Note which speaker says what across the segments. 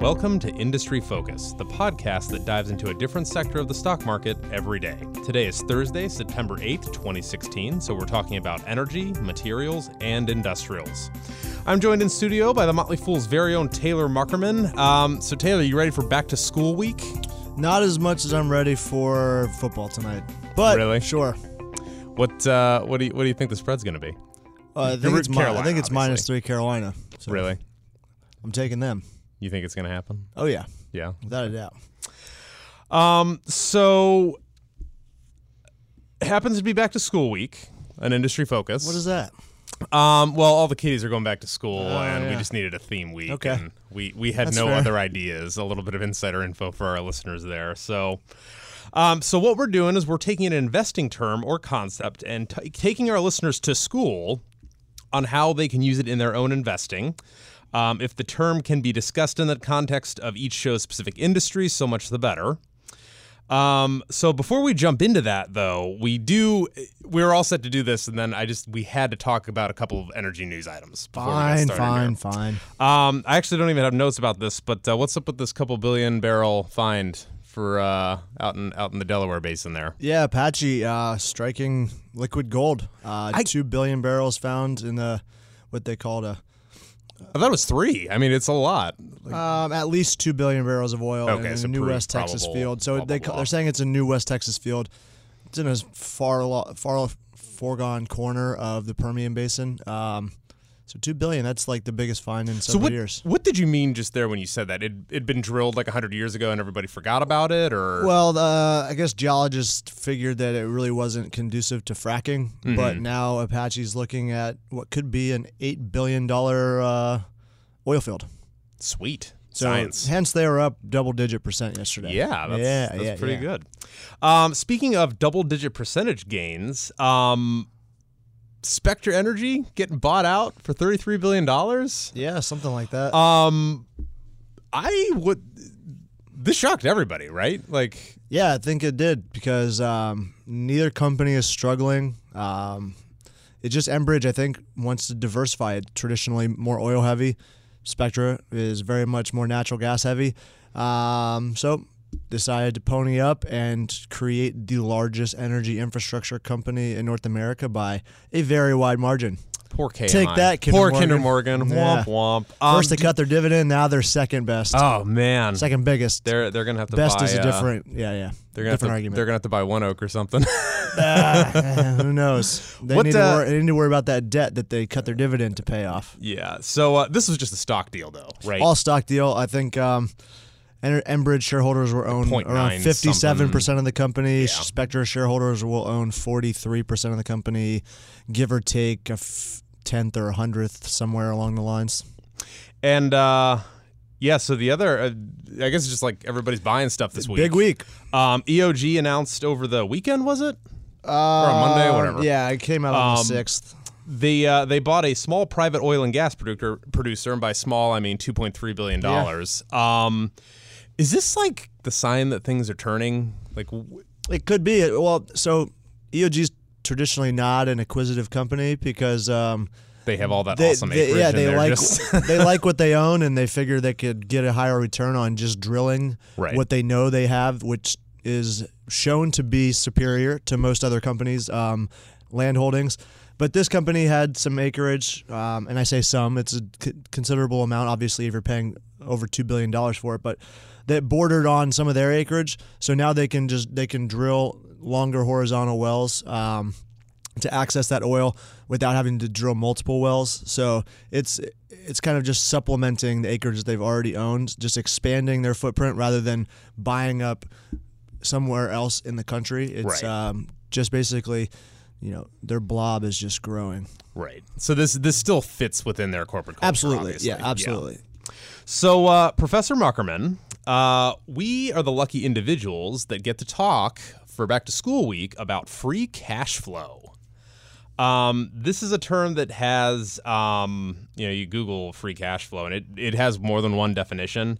Speaker 1: Welcome to Industry Focus, the podcast that dives into a different sector of the stock market every day. Today is Thursday, September 8th, 2016, so we're talking about energy, materials, and industrials. I'm joined in studio by the Motley Fool's very own Taylor Markerman. Um, so, Taylor, you ready for back to school week?
Speaker 2: Not as much as I'm ready for football tonight, but
Speaker 1: Really?
Speaker 2: sure.
Speaker 1: What uh, what do you what do you think the spread's going to be?
Speaker 2: Uh, I think
Speaker 1: root
Speaker 2: it's mi- I
Speaker 1: Carolina,
Speaker 2: think it's minus
Speaker 1: obviously.
Speaker 2: three Carolina. So
Speaker 1: Really?
Speaker 2: I'm taking them.
Speaker 1: You think it's going to happen?
Speaker 2: Oh yeah,
Speaker 1: Yeah.
Speaker 2: without a doubt.
Speaker 1: Um, so it happens to be back to school week, an industry focus.
Speaker 2: What is that?
Speaker 1: Um, well, all the kiddies are going back to school,
Speaker 2: Oh,
Speaker 1: and we
Speaker 2: yeah.
Speaker 1: just needed a theme week.
Speaker 2: Okay.
Speaker 1: and we we had
Speaker 2: That's
Speaker 1: no
Speaker 2: fair.
Speaker 1: other ideas. A little bit of insider info for our listeners there. So, um, so what we're doing is we're taking an investing term or concept and t- taking our listeners to school on how they can use it in their own investing. Um, if the term can be discussed in the context of each show's specific industry, so much the better. Um, so before we jump into that, though, we do we were all set to do this, and then I just we had to talk about a couple of energy news items. Before we
Speaker 2: Fine,
Speaker 1: got started
Speaker 2: fine,
Speaker 1: here.
Speaker 2: fine.
Speaker 1: Um, I actually don't even have notes about this, but uh, what's up with this couple billion barrel find for uh, out in out in the Delaware Basin there?
Speaker 2: Yeah, Apache uh, striking liquid gold. Uh, two billion barrels found in the what they called a
Speaker 1: I thought it was three. I mean, it's a lot.
Speaker 2: um, at least two billion barrels of oil
Speaker 1: Okay,
Speaker 2: in the
Speaker 1: so
Speaker 2: new
Speaker 1: prove
Speaker 2: West Texas
Speaker 1: probable,
Speaker 2: field. So
Speaker 1: blah,
Speaker 2: they
Speaker 1: blah, blah.
Speaker 2: they're saying it's a new West Texas field. It's in a far lo- far foregone corner of the Permian Basin. Um, so two billion. That's like the biggest find in
Speaker 1: So
Speaker 2: several
Speaker 1: what,
Speaker 2: years.
Speaker 1: what did you mean just there when you said that? It it'd been drilled like hundred years ago and everybody forgot about it, or
Speaker 2: Well, uh, I guess geologists figured that it really wasn't conducive to fracking,
Speaker 1: Mm-hmm.
Speaker 2: but now Apache's looking at what could be an eight billion dollar uh, oil field.
Speaker 1: sweet
Speaker 2: So
Speaker 1: science.
Speaker 2: Hence, they were up double digit percent yesterday.
Speaker 1: Yeah, that's,
Speaker 2: yeah,
Speaker 1: that's
Speaker 2: yeah,
Speaker 1: pretty
Speaker 2: yeah.
Speaker 1: good. Um, speaking of double digit percentage gains, um, Spectre Energy getting bought out for $33 billion.
Speaker 2: Yeah, something like that.
Speaker 1: Um, I would. This shocked everybody, right? Like,
Speaker 2: Yeah, I think it did because um, neither company is struggling. Um, it just Enbridge, I think, wants to diversify it. Traditionally, more oil heavy. Spectra is very much more natural gas heavy. Um, so, decided to pony up and create the largest energy infrastructure company in North America by a very wide margin.
Speaker 1: poor KMI.
Speaker 2: Take that, Kinder
Speaker 1: Poor
Speaker 2: Morgan.
Speaker 1: Kinder Morgan.
Speaker 2: Yeah.
Speaker 1: Womp womp. Um,
Speaker 2: First, they cut their dividend. Now they're second best,
Speaker 1: oh man,
Speaker 2: second biggest.
Speaker 1: they're they're gonna have to
Speaker 2: best
Speaker 1: buy.
Speaker 2: is a
Speaker 1: uh,
Speaker 2: different, yeah, yeah.
Speaker 1: they're gonna have
Speaker 2: different
Speaker 1: to-
Speaker 2: argument.
Speaker 1: They're gonna have to buy one oak or something.
Speaker 2: Ah, who knows? They
Speaker 1: What,
Speaker 2: need, to
Speaker 1: uh,
Speaker 2: wor- they need to worry about that debt that they cut their dividend to pay off.
Speaker 1: yeah. So uh, this was just a stock deal, though, right?
Speaker 2: All stock deal. I think um, En- Enbridge shareholders will own
Speaker 1: Point nine
Speaker 2: around fifty-seven percent of the company. Spectra shareholders will own forty-three percent of the company, give or take a f- tenth or a hundredth somewhere along the lines.
Speaker 1: And uh, yeah, so the other, uh, I guess, it's just like everybody's buying stuff this week.
Speaker 2: Big week.
Speaker 1: Um, EOG announced over the weekend, was it?
Speaker 2: Uh, or
Speaker 1: on Monday, whatever.
Speaker 2: Yeah, it came out on the
Speaker 1: Um,
Speaker 2: sixth.
Speaker 1: They uh, they bought a small private oil and gas producer, producer, and by small I mean two point three billion dollars. Um, is this like the sign that things are turning? Like, w-
Speaker 2: It could be. Well, so EOG's traditionally not an acquisitive company because. Um,
Speaker 1: they have all that awesome acreage,
Speaker 2: yeah,
Speaker 1: and
Speaker 2: they
Speaker 1: are
Speaker 2: like
Speaker 1: just
Speaker 2: they like what they own, and they figure they could get a higher return on just drilling
Speaker 1: Right.
Speaker 2: what they know they have, which is shown to be superior to most other companies' um, land holdings. But this company had some acreage, um, and I say some; it's a c- considerable amount. Obviously, if you're paying over two billion dollars for it, but that bordered on some of their acreage. So now they can just they can drill longer horizontal wells. Um, to access that oil without having to drill multiple wells. So it's it's kind of just supplementing the acreage they've already owned, just expanding their footprint rather than buying up somewhere else in the country. It's
Speaker 1: Right.
Speaker 2: um, just basically, you know, their blob is just growing.
Speaker 1: right. So this this still fits within their corporate culture. obviously.
Speaker 2: yeah, absolutely.
Speaker 1: So, uh, Professor Muckerman, uh, we are the lucky individuals that get to talk for back to school week about free cash flow. Um, this is a term that has, um, you know, you Google free cash flow and it, it has more than one definition.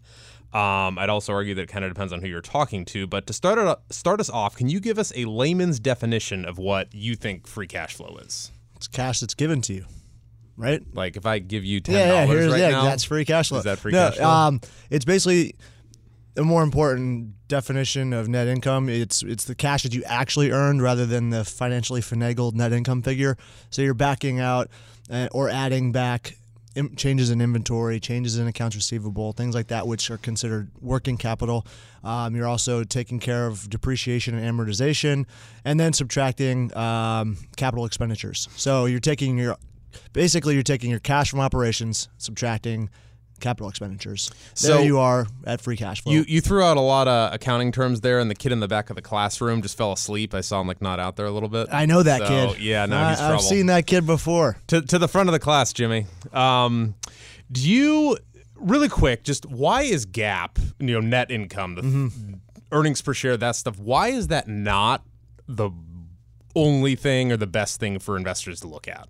Speaker 1: Um, I'd also argue that it kind of depends on who you're talking to. But to start, it, start us off, can you give us a layman's definition of what you think free cash flow is?
Speaker 2: It's cash that's given to you. right?
Speaker 1: Like if I give you ten
Speaker 2: Yeah, yeah,
Speaker 1: dollars
Speaker 2: here's
Speaker 1: right
Speaker 2: yeah,
Speaker 1: now,
Speaker 2: that's free cash flow.
Speaker 1: Is that free
Speaker 2: No,
Speaker 1: cash flow?
Speaker 2: Um, it's basically a more important definition of net income. It's it's the cash that you actually earned rather than the financially finagled net income figure. So you're backing out uh, or adding back im- changes in inventory, changes in accounts receivable, things like that, which are considered working capital. Um, you're also taking care of depreciation and amortization, and then subtracting um, capital expenditures. So you're taking your basically you're taking your cash from operations, subtracting capital expenditures.
Speaker 1: So-
Speaker 2: there you are at free cash flow.
Speaker 1: you you threw out a lot of accounting terms there, and the kid in the back of the classroom just fell asleep. I saw him like not out there a little bit.
Speaker 2: I know that
Speaker 1: So,
Speaker 2: kid.
Speaker 1: yeah, no,
Speaker 2: I,
Speaker 1: he's
Speaker 2: I've
Speaker 1: trouble.
Speaker 2: seen that kid before.
Speaker 1: to to the front of the class, Jimmy. Um, do you really quick? Just why is Gap you know net income, the
Speaker 2: Mm-hmm.
Speaker 1: earnings per share, that stuff? Why is that not the only thing or the best thing for investors to look at?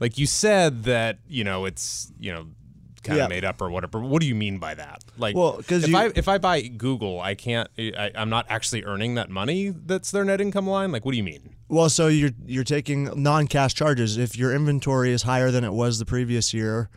Speaker 1: Like you said that you know it's you know kind of
Speaker 2: Yeah.
Speaker 1: made up or whatever. What do you mean by that? Like,
Speaker 2: Well, 'cause
Speaker 1: if
Speaker 2: you-
Speaker 1: I if I buy Google, I can't. I, I'm not actually earning that money that's their net income line. Like, what do you mean?
Speaker 2: Well, so you're you're taking non-cash charges. If your inventory is higher than it was the previous year,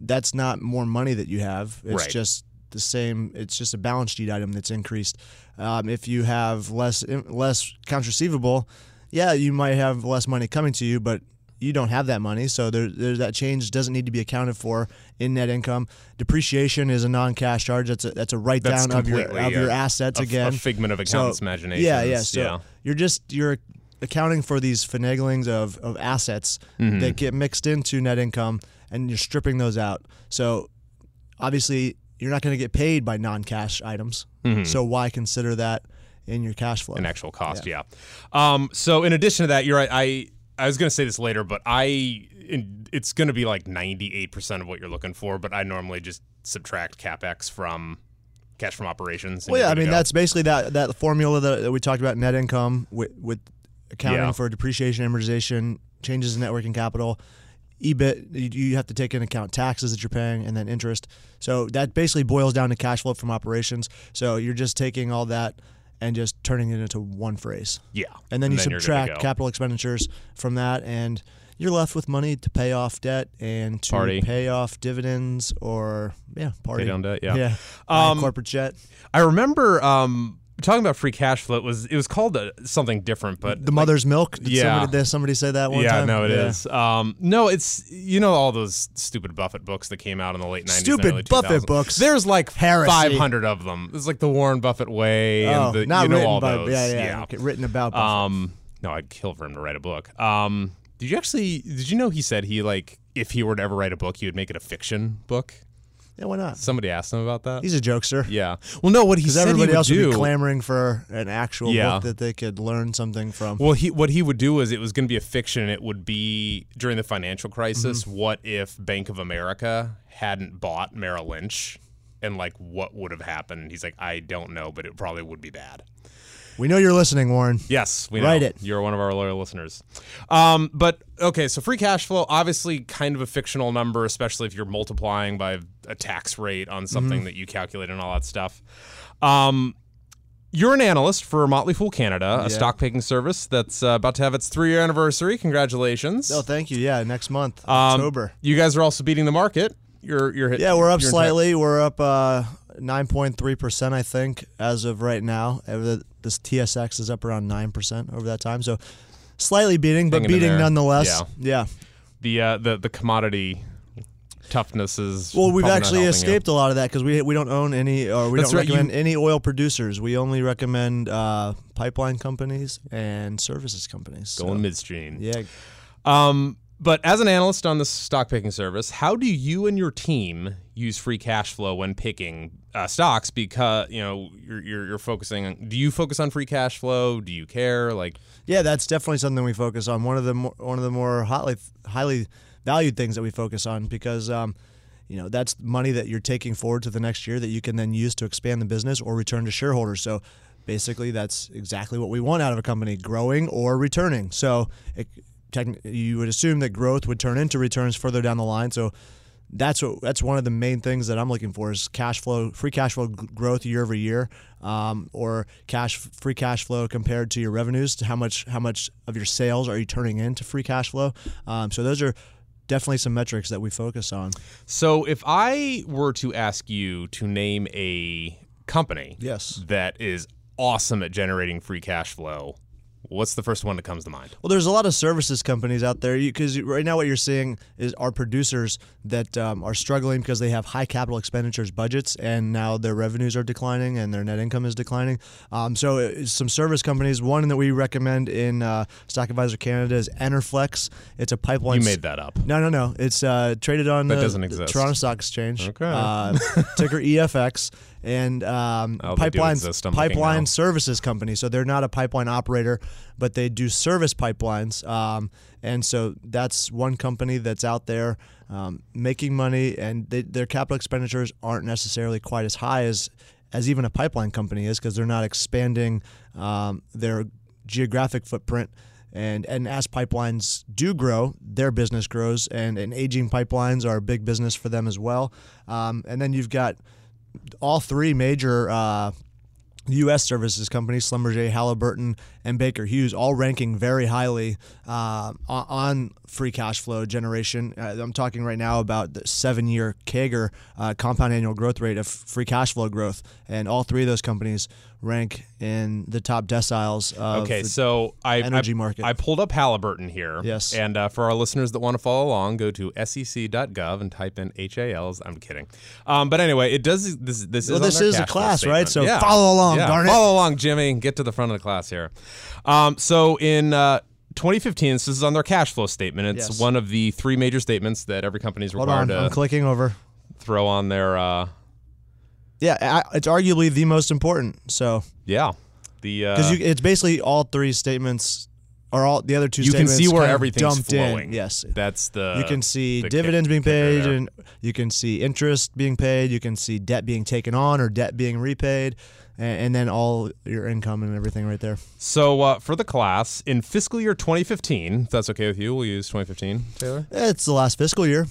Speaker 2: that's not more money that you have. It's
Speaker 1: Right.
Speaker 2: just the same. It's just a balance sheet item that's increased. Um, if you have less less accounts receivable, yeah, you might have less money coming to you, but you don't have that money, so there, there that change doesn't need to be accounted for in net income. Depreciation is a non-cash charge. That's a that's a write down of your
Speaker 1: completely
Speaker 2: of your
Speaker 1: a-
Speaker 2: assets
Speaker 1: a f- a
Speaker 2: again.
Speaker 1: figment of
Speaker 2: So-
Speaker 1: accountant's imagination.
Speaker 2: Yeah, yeah. So you're just you're accounting for these finaglings of, of assets that get mixed into net income and you're stripping those out. So obviously you're not going to get paid by non cash items. So why consider that in your cash flow?
Speaker 1: an actual cost. Yeah. Um, so in addition to that, you're right. I I was going to say this later, but I in, it's going to be like 98% of what you're looking for. But I normally just subtract capex from cash from operations. and
Speaker 2: Well,
Speaker 1: you're
Speaker 2: yeah,
Speaker 1: good
Speaker 2: I
Speaker 1: to
Speaker 2: mean
Speaker 1: go.
Speaker 2: that's basically that that formula that, that we talked about net income with, with accounting
Speaker 1: Yeah.
Speaker 2: for depreciation, amortization, changes in net working capital, E EBIT. You, you have to take into account taxes that you're paying and then interest. So that basically boils down to cash flow from operations. So you're just taking all that and just turning it into one phrase,
Speaker 1: yeah.
Speaker 2: and then you
Speaker 1: you're good to
Speaker 2: subtract
Speaker 1: go.
Speaker 2: capital expenditures from that and. You're left with money to pay off debt and to
Speaker 1: Party.
Speaker 2: pay off dividends or yeah, party.
Speaker 1: down debt, yeah.
Speaker 2: yeah. buy a
Speaker 1: Um,
Speaker 2: corporate jet.
Speaker 1: I remember um, talking about free cash flow. It was it was called uh something different, but
Speaker 2: The mother's milk. Did
Speaker 1: Yeah.
Speaker 2: Somebody, did somebody say that one
Speaker 1: yeah,
Speaker 2: time?
Speaker 1: no, it is. Um, no, it's you know all those stupid Buffett books that came out in the late nineties.
Speaker 2: Stupid Buffett books.
Speaker 1: There's like
Speaker 2: Heresy.
Speaker 1: five hundred of them. There's like the Warren Buffett way
Speaker 2: Oh,
Speaker 1: and the
Speaker 2: not
Speaker 1: you know
Speaker 2: written
Speaker 1: all
Speaker 2: by.
Speaker 1: those.
Speaker 2: Yeah, yeah. okay, written about. Buffett.
Speaker 1: Um, no, I'd kill for him to write a book. Um, did you actually? Did you know he said he like if he were to ever write a book, he would make it a fiction book?
Speaker 2: yeah, why not?
Speaker 1: Somebody asked him about that.
Speaker 2: He's a jokester.
Speaker 1: yeah. Well, no, what he
Speaker 2: Because
Speaker 1: said
Speaker 2: everybody
Speaker 1: he would
Speaker 2: else
Speaker 1: do.
Speaker 2: would be clamoring for an actual
Speaker 1: Yeah.
Speaker 2: book that they could learn something from.
Speaker 1: Well, he what he would do is it was going to be a fiction. It would be during the financial crisis. What if Bank of America hadn't bought Merrill Lynch, and like what would have happened? He's like, I don't know, but it probably would be bad.
Speaker 2: We know you're listening, Warren.
Speaker 1: Yes, we know.
Speaker 2: Write it.
Speaker 1: You're one of our loyal listeners. Um, but okay, so free cash flow, obviously, kind of a fictional number, especially if you're multiplying by a tax rate on something
Speaker 2: Mm-hmm.
Speaker 1: that you calculate and all that stuff. Um, you're an analyst for Motley Fool Canada, a stock picking service that's uh, about to have its three year anniversary. Congratulations!
Speaker 2: Oh, thank you. Yeah, next month,
Speaker 1: Um,
Speaker 2: October.
Speaker 1: You guys are also beating the market. You're you're hit-
Speaker 2: Yeah, we're up
Speaker 1: you're in-
Speaker 2: slightly. We're up uh, 9.3%, I think, as of right now. Uh, the- This TSX is up around 9% over that time. So slightly beating, but
Speaker 1: Hanging in
Speaker 2: beating
Speaker 1: there.
Speaker 2: nonetheless.
Speaker 1: Yeah.
Speaker 2: yeah.
Speaker 1: the uh, the the commodity toughness is
Speaker 2: Well, we've
Speaker 1: probably not
Speaker 2: actually
Speaker 1: helping you.
Speaker 2: escaped a lot of that because we we don't own any or we
Speaker 1: That's
Speaker 2: don't
Speaker 1: right, you-
Speaker 2: recommend any oil producers. We only recommend uh, pipeline companies and services companies. So,
Speaker 1: going midstream.
Speaker 2: yeah,
Speaker 1: Um, but as an analyst on this stock picking service, how do you and your team use free cash flow when picking uh, stocks? Because you know you're, you're you're focusing. On, do you focus on free cash flow? Do you care? Like
Speaker 2: yeah, that's definitely something we focus on. One of the more, one of the more highly highly valued things that we focus on because. Um, you know that's money that you're taking forward to the next year that you can then use to expand the business or return to shareholders. So basically, that's exactly what we want out of a company: growing or returning. So it, techni- you would assume that growth would turn into returns further down the line. So that's what that's one of the main things that I'm looking for is cash flow, free cash flow g- growth year over year, um, or cash free cash flow compared to your revenues. To how much how much of your sales are you turning into free cash flow? Um, so those are definitely some metrics that we focus on.
Speaker 1: So if I were to ask you to name a company
Speaker 2: Yes.
Speaker 1: that is awesome at generating free cash flow, what's the first one that comes to mind?
Speaker 2: Well, there's a lot of services companies out there because right now what you're seeing is our producers that um, are struggling because they have high capital expenditures budgets and now their revenues are declining and their net income is declining. Um, so uh, some service companies, one that we recommend in uh, Stock Advisor Canada is Enerflex. It's a pipeline.
Speaker 1: You made that up.
Speaker 2: No, no, no. It's uh, traded on
Speaker 1: That
Speaker 2: the
Speaker 1: doesn't exist.
Speaker 2: Toronto Stock Exchange.
Speaker 1: Okay.
Speaker 2: Uh, ticker EFX and um,
Speaker 1: Oh, they do
Speaker 2: pipeline
Speaker 1: exist. I'm looking now.
Speaker 2: pipeline services company. So they're not a pipeline operator, but they do service pipelines. Um, and so that's one company that's out there um, making money, and they, their capital expenditures aren't necessarily quite as high as as even a pipeline company is because they're not expanding um, their geographic footprint. And, and as pipelines do grow, their business grows, and, and aging pipelines are a big business for them as well. Um, and then you've got all three major uh, U.S. services companies, Schlumberger, Halliburton, and Baker Hughes, all ranking very highly uh, on- on free cash flow generation. Uh, I'm talking right now about the seven-year CAGR, uh, compound annual growth rate of free cash flow growth, and all three of those companies rank in the top deciles. Of
Speaker 1: Okay,
Speaker 2: the-
Speaker 1: so I
Speaker 2: energy
Speaker 1: I,
Speaker 2: market.
Speaker 1: I pulled up Halliburton here.
Speaker 2: Yes.
Speaker 1: And uh, for our listeners that want to follow along, go to E sec.gov and type in HALs. I'm kidding. Um, but anyway, it does this. This
Speaker 2: Well,
Speaker 1: is on
Speaker 2: this
Speaker 1: their
Speaker 2: is a
Speaker 1: cash flow
Speaker 2: class, right?
Speaker 1: statement.
Speaker 2: So follow along,
Speaker 1: yeah.
Speaker 2: darn it.
Speaker 1: Follow along, Jimmy. Get to the front of the class here. Um, so in. Uh, 2015. This is on their cash flow statement. It's
Speaker 2: Yes.
Speaker 1: one of the three major statements that every company is
Speaker 2: hold
Speaker 1: required
Speaker 2: on,
Speaker 1: to
Speaker 2: I'm clicking over.
Speaker 1: throw on their. Uh,
Speaker 2: Yeah, I, it's arguably the most important. So
Speaker 1: yeah, the uh,
Speaker 2: because it's basically all three statements, or all the other two.
Speaker 1: you can
Speaker 2: statements
Speaker 1: see where
Speaker 2: kind of
Speaker 1: everything's
Speaker 2: dumped
Speaker 1: flowing.
Speaker 2: In. Yes,
Speaker 1: that's the
Speaker 2: you can see
Speaker 1: the kick-
Speaker 2: dividends being
Speaker 1: kicker
Speaker 2: paid
Speaker 1: there.
Speaker 2: and you can see interest being paid you can see debt being taken on or debt being repaid and, and then all your income and everything right there
Speaker 1: So uh, for the class in fiscal year 2015, if that's okay with you, we'll use 2015, Taylor.
Speaker 2: it's the last fiscal year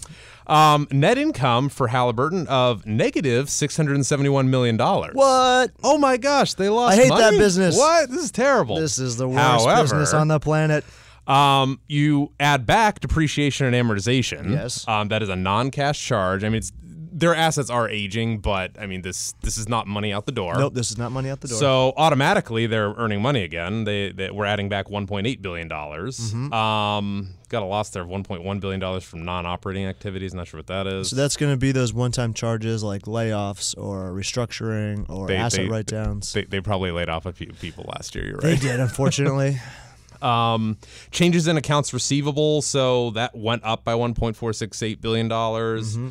Speaker 1: Um, net income for Halliburton of negative 671 million dollars.
Speaker 2: what
Speaker 1: Oh my gosh, they lost.
Speaker 2: I hate
Speaker 1: money?
Speaker 2: that business.
Speaker 1: What? This is terrible.
Speaker 2: this is the worst
Speaker 1: However,
Speaker 2: business on the planet
Speaker 1: Um, you add back depreciation and amortization.
Speaker 2: Yes.
Speaker 1: Um, that is a non-cash charge. I mean, it's, their assets are aging, but I mean this this is not money out the door.
Speaker 2: nope this is not money out the door
Speaker 1: er, So automatically they're earning money again. They, they we're adding back 1.8 billion dollars.
Speaker 2: Mm-hmm.
Speaker 1: Um, got a loss there of 1.1 billion dollars from non-operating activities. Not sure what that is.
Speaker 2: So that's going to be those one-time charges like layoffs or restructuring or
Speaker 1: They-
Speaker 2: asset
Speaker 1: they-
Speaker 2: write-downs.
Speaker 1: they, they probably laid off a few people last year. You're
Speaker 2: They
Speaker 1: right.
Speaker 2: did, unfortunately.
Speaker 1: Um, changes in accounts receivable, so that went up by 1.468 billion dollars.
Speaker 2: Mm-hmm.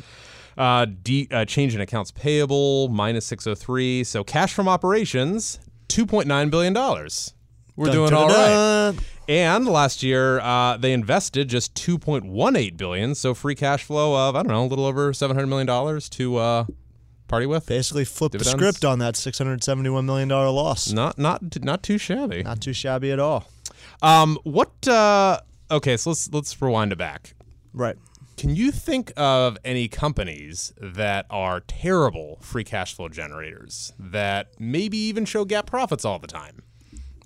Speaker 1: Uh, de- uh, change in accounts payable minus 603. So cash from operations 2.9 billion dollars. We're
Speaker 2: Dun,
Speaker 1: doing
Speaker 2: dun,
Speaker 1: all right.
Speaker 2: dun, dun.
Speaker 1: And last year, uh, they invested just 2.18 billion, so free cash flow of I don't know, a little over 700 million dollars to uh, party with.
Speaker 2: Basically flipped
Speaker 1: Dividends.
Speaker 2: the script on that $671 million loss.
Speaker 1: Not not not too shabby.
Speaker 2: Not too shabby at all.
Speaker 1: Um, what? Uh, okay, so let's let's rewind it back.
Speaker 2: Right.
Speaker 1: Can you think of any companies that are terrible free cash flow generators that maybe even show gap profits all the time?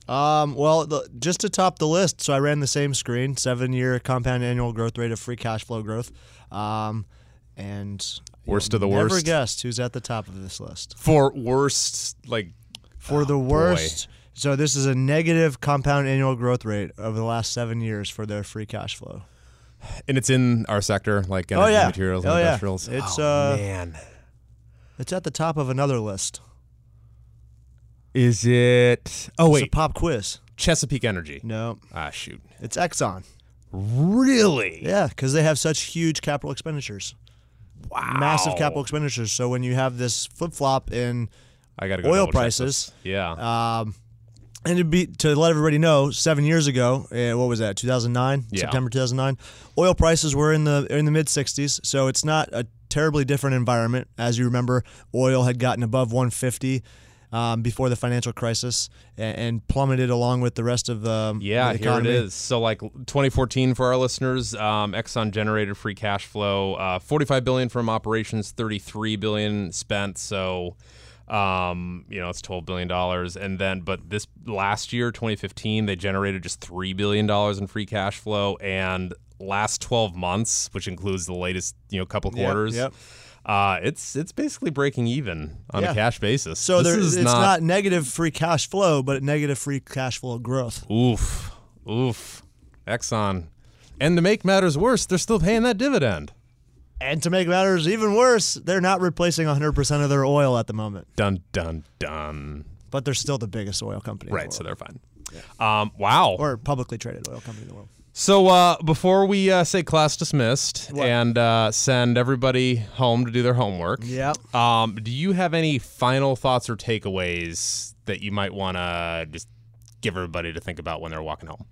Speaker 2: Um, well, the, just to top the list, so I ran the same screen, seven-year compound annual growth rate of free cash flow growth, um, and
Speaker 1: Worst of the
Speaker 2: never
Speaker 1: worst.
Speaker 2: guessed who's at the top of this list
Speaker 1: For worst, like Oh,
Speaker 2: for the worst. So this is a negative compound annual growth rate over the last seven years for their free cash flow.
Speaker 1: and it's in our sector, like
Speaker 2: Oh,
Speaker 1: energy
Speaker 2: yeah.
Speaker 1: materials and
Speaker 2: Oh, yeah.
Speaker 1: industrials.
Speaker 2: It's,
Speaker 1: oh,
Speaker 2: uh,
Speaker 1: man.
Speaker 2: It's at the top of another list.
Speaker 1: Is it? Oh
Speaker 2: it's a
Speaker 1: wait,
Speaker 2: pop quiz.
Speaker 1: Chesapeake Energy.
Speaker 2: No,
Speaker 1: Ah shoot.
Speaker 2: it's Exxon.
Speaker 1: Really?
Speaker 2: Yeah, because they have such huge capital expenditures,
Speaker 1: Wow.
Speaker 2: massive capital expenditures. So when you have this flip flop in
Speaker 1: I gotta go double
Speaker 2: oil
Speaker 1: check this.
Speaker 2: prices.
Speaker 1: Yeah.
Speaker 2: Um, and to be to let everybody know, seven years ago, eh, what was that? 2009,
Speaker 1: Yeah.
Speaker 2: September 2009. Oil prices were in the in the mid 60s, so it's not a terribly different environment. As you remember, oil had gotten above 150 um, before the financial crisis and, and plummeted along with the rest of the um,
Speaker 1: yeah,
Speaker 2: the
Speaker 1: here it
Speaker 2: economy.
Speaker 1: is. So, like 2014 for our listeners, um, Exxon generated free cash flow, uh, 45 billion from operations, 33 billion spent. So, Um, you know, it's twelve billion dollars, and then but this last year, 2015, they generated just three billion dollars in free cash flow, and last 12 months, which includes the latest you know couple
Speaker 2: Yep,
Speaker 1: quarters,
Speaker 2: yep.
Speaker 1: Uh, it's it's basically breaking even on a
Speaker 2: Yeah.
Speaker 1: cash basis.
Speaker 2: So
Speaker 1: this
Speaker 2: there,
Speaker 1: is
Speaker 2: it's not, negative free cash flow, but negative free cash flow growth.
Speaker 1: Oof. Oof. Exxon. And to make matters worse, they're still paying that dividend.
Speaker 2: And to make matters even worse, they're not replacing 100% of their oil at the moment,
Speaker 1: Dun, dun, dun.
Speaker 2: but they're still the biggest oil company. in the
Speaker 1: Right, so
Speaker 2: world.
Speaker 1: they're fine. Um, wow.
Speaker 2: or publicly traded oil company in the world.
Speaker 1: so uh, before we uh, say class dismissed
Speaker 2: What?
Speaker 1: and uh, send everybody home to do their homework,
Speaker 2: Yep.
Speaker 1: um, do you have any final thoughts or takeaways that you might want to just give everybody to think about when they're walking home?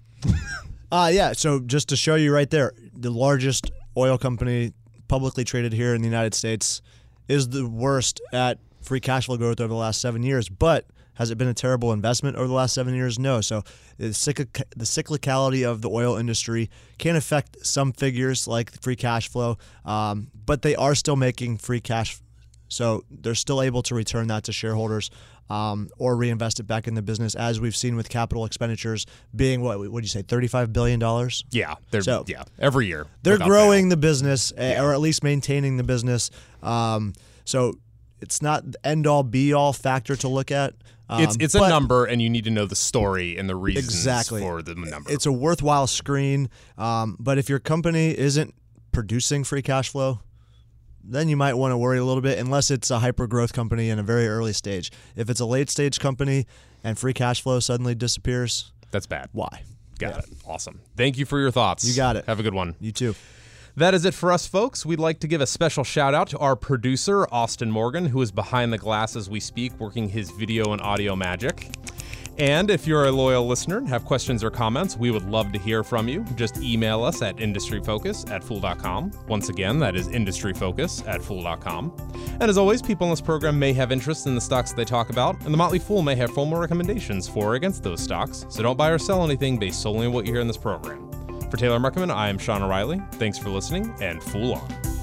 Speaker 2: Uh, yeah. So just to show you right there, the largest oil company publicly traded here in the United States is the worst at free cash flow growth over the last seven years. But has it been a terrible investment over the last seven years? No. So the, cyclic- the cyclicality of the oil industry can affect some figures like the free cash flow, um, but they are still making free cash. So they're still able to return that to shareholders um, or reinvest it back in the business, as we've seen with capital expenditures being what would you say, thirty-five billion dollars.
Speaker 1: Yeah, they're
Speaker 2: So-
Speaker 1: yeah every year
Speaker 2: They're
Speaker 1: without fail.
Speaker 2: growing the business, eh, or at least maintaining the business. Um, so it's not the end-all, be-all factor to look at. Um,
Speaker 1: It's it's a
Speaker 2: but
Speaker 1: number, and you need to know the story and the reasons
Speaker 2: Exactly.
Speaker 1: for the number.
Speaker 2: It's a worthwhile screen, um, but if your company isn't producing free cash flow, then you might want to worry a little bit, unless it's a hyper growth company in a very early stage. If it's a late stage company and free cash flow suddenly disappears,
Speaker 1: That's bad.
Speaker 2: why?
Speaker 1: Got it. Awesome. Thank you for your thoughts. You
Speaker 2: got it.
Speaker 1: Have a good one.
Speaker 2: You too.
Speaker 1: That is it for us, folks. We'd like to give a special shout out to our producer, Austin Morgan, who is behind the glass as we speak, working his video and audio magic. And if you're a loyal listener and have questions or comments, we would love to hear from you. Just email us at industryfocus at fool.com. Once again, that is industryfocus at fool.com. And as always, people in this program may have interest in the stocks they talk about, and the Motley Fool may have formal recommendations for or against those stocks, so don't buy or sell anything based solely on what you hear in this program. For Taylor Merkerman, I am Sean O'Reilly. Thanks for listening and fool on.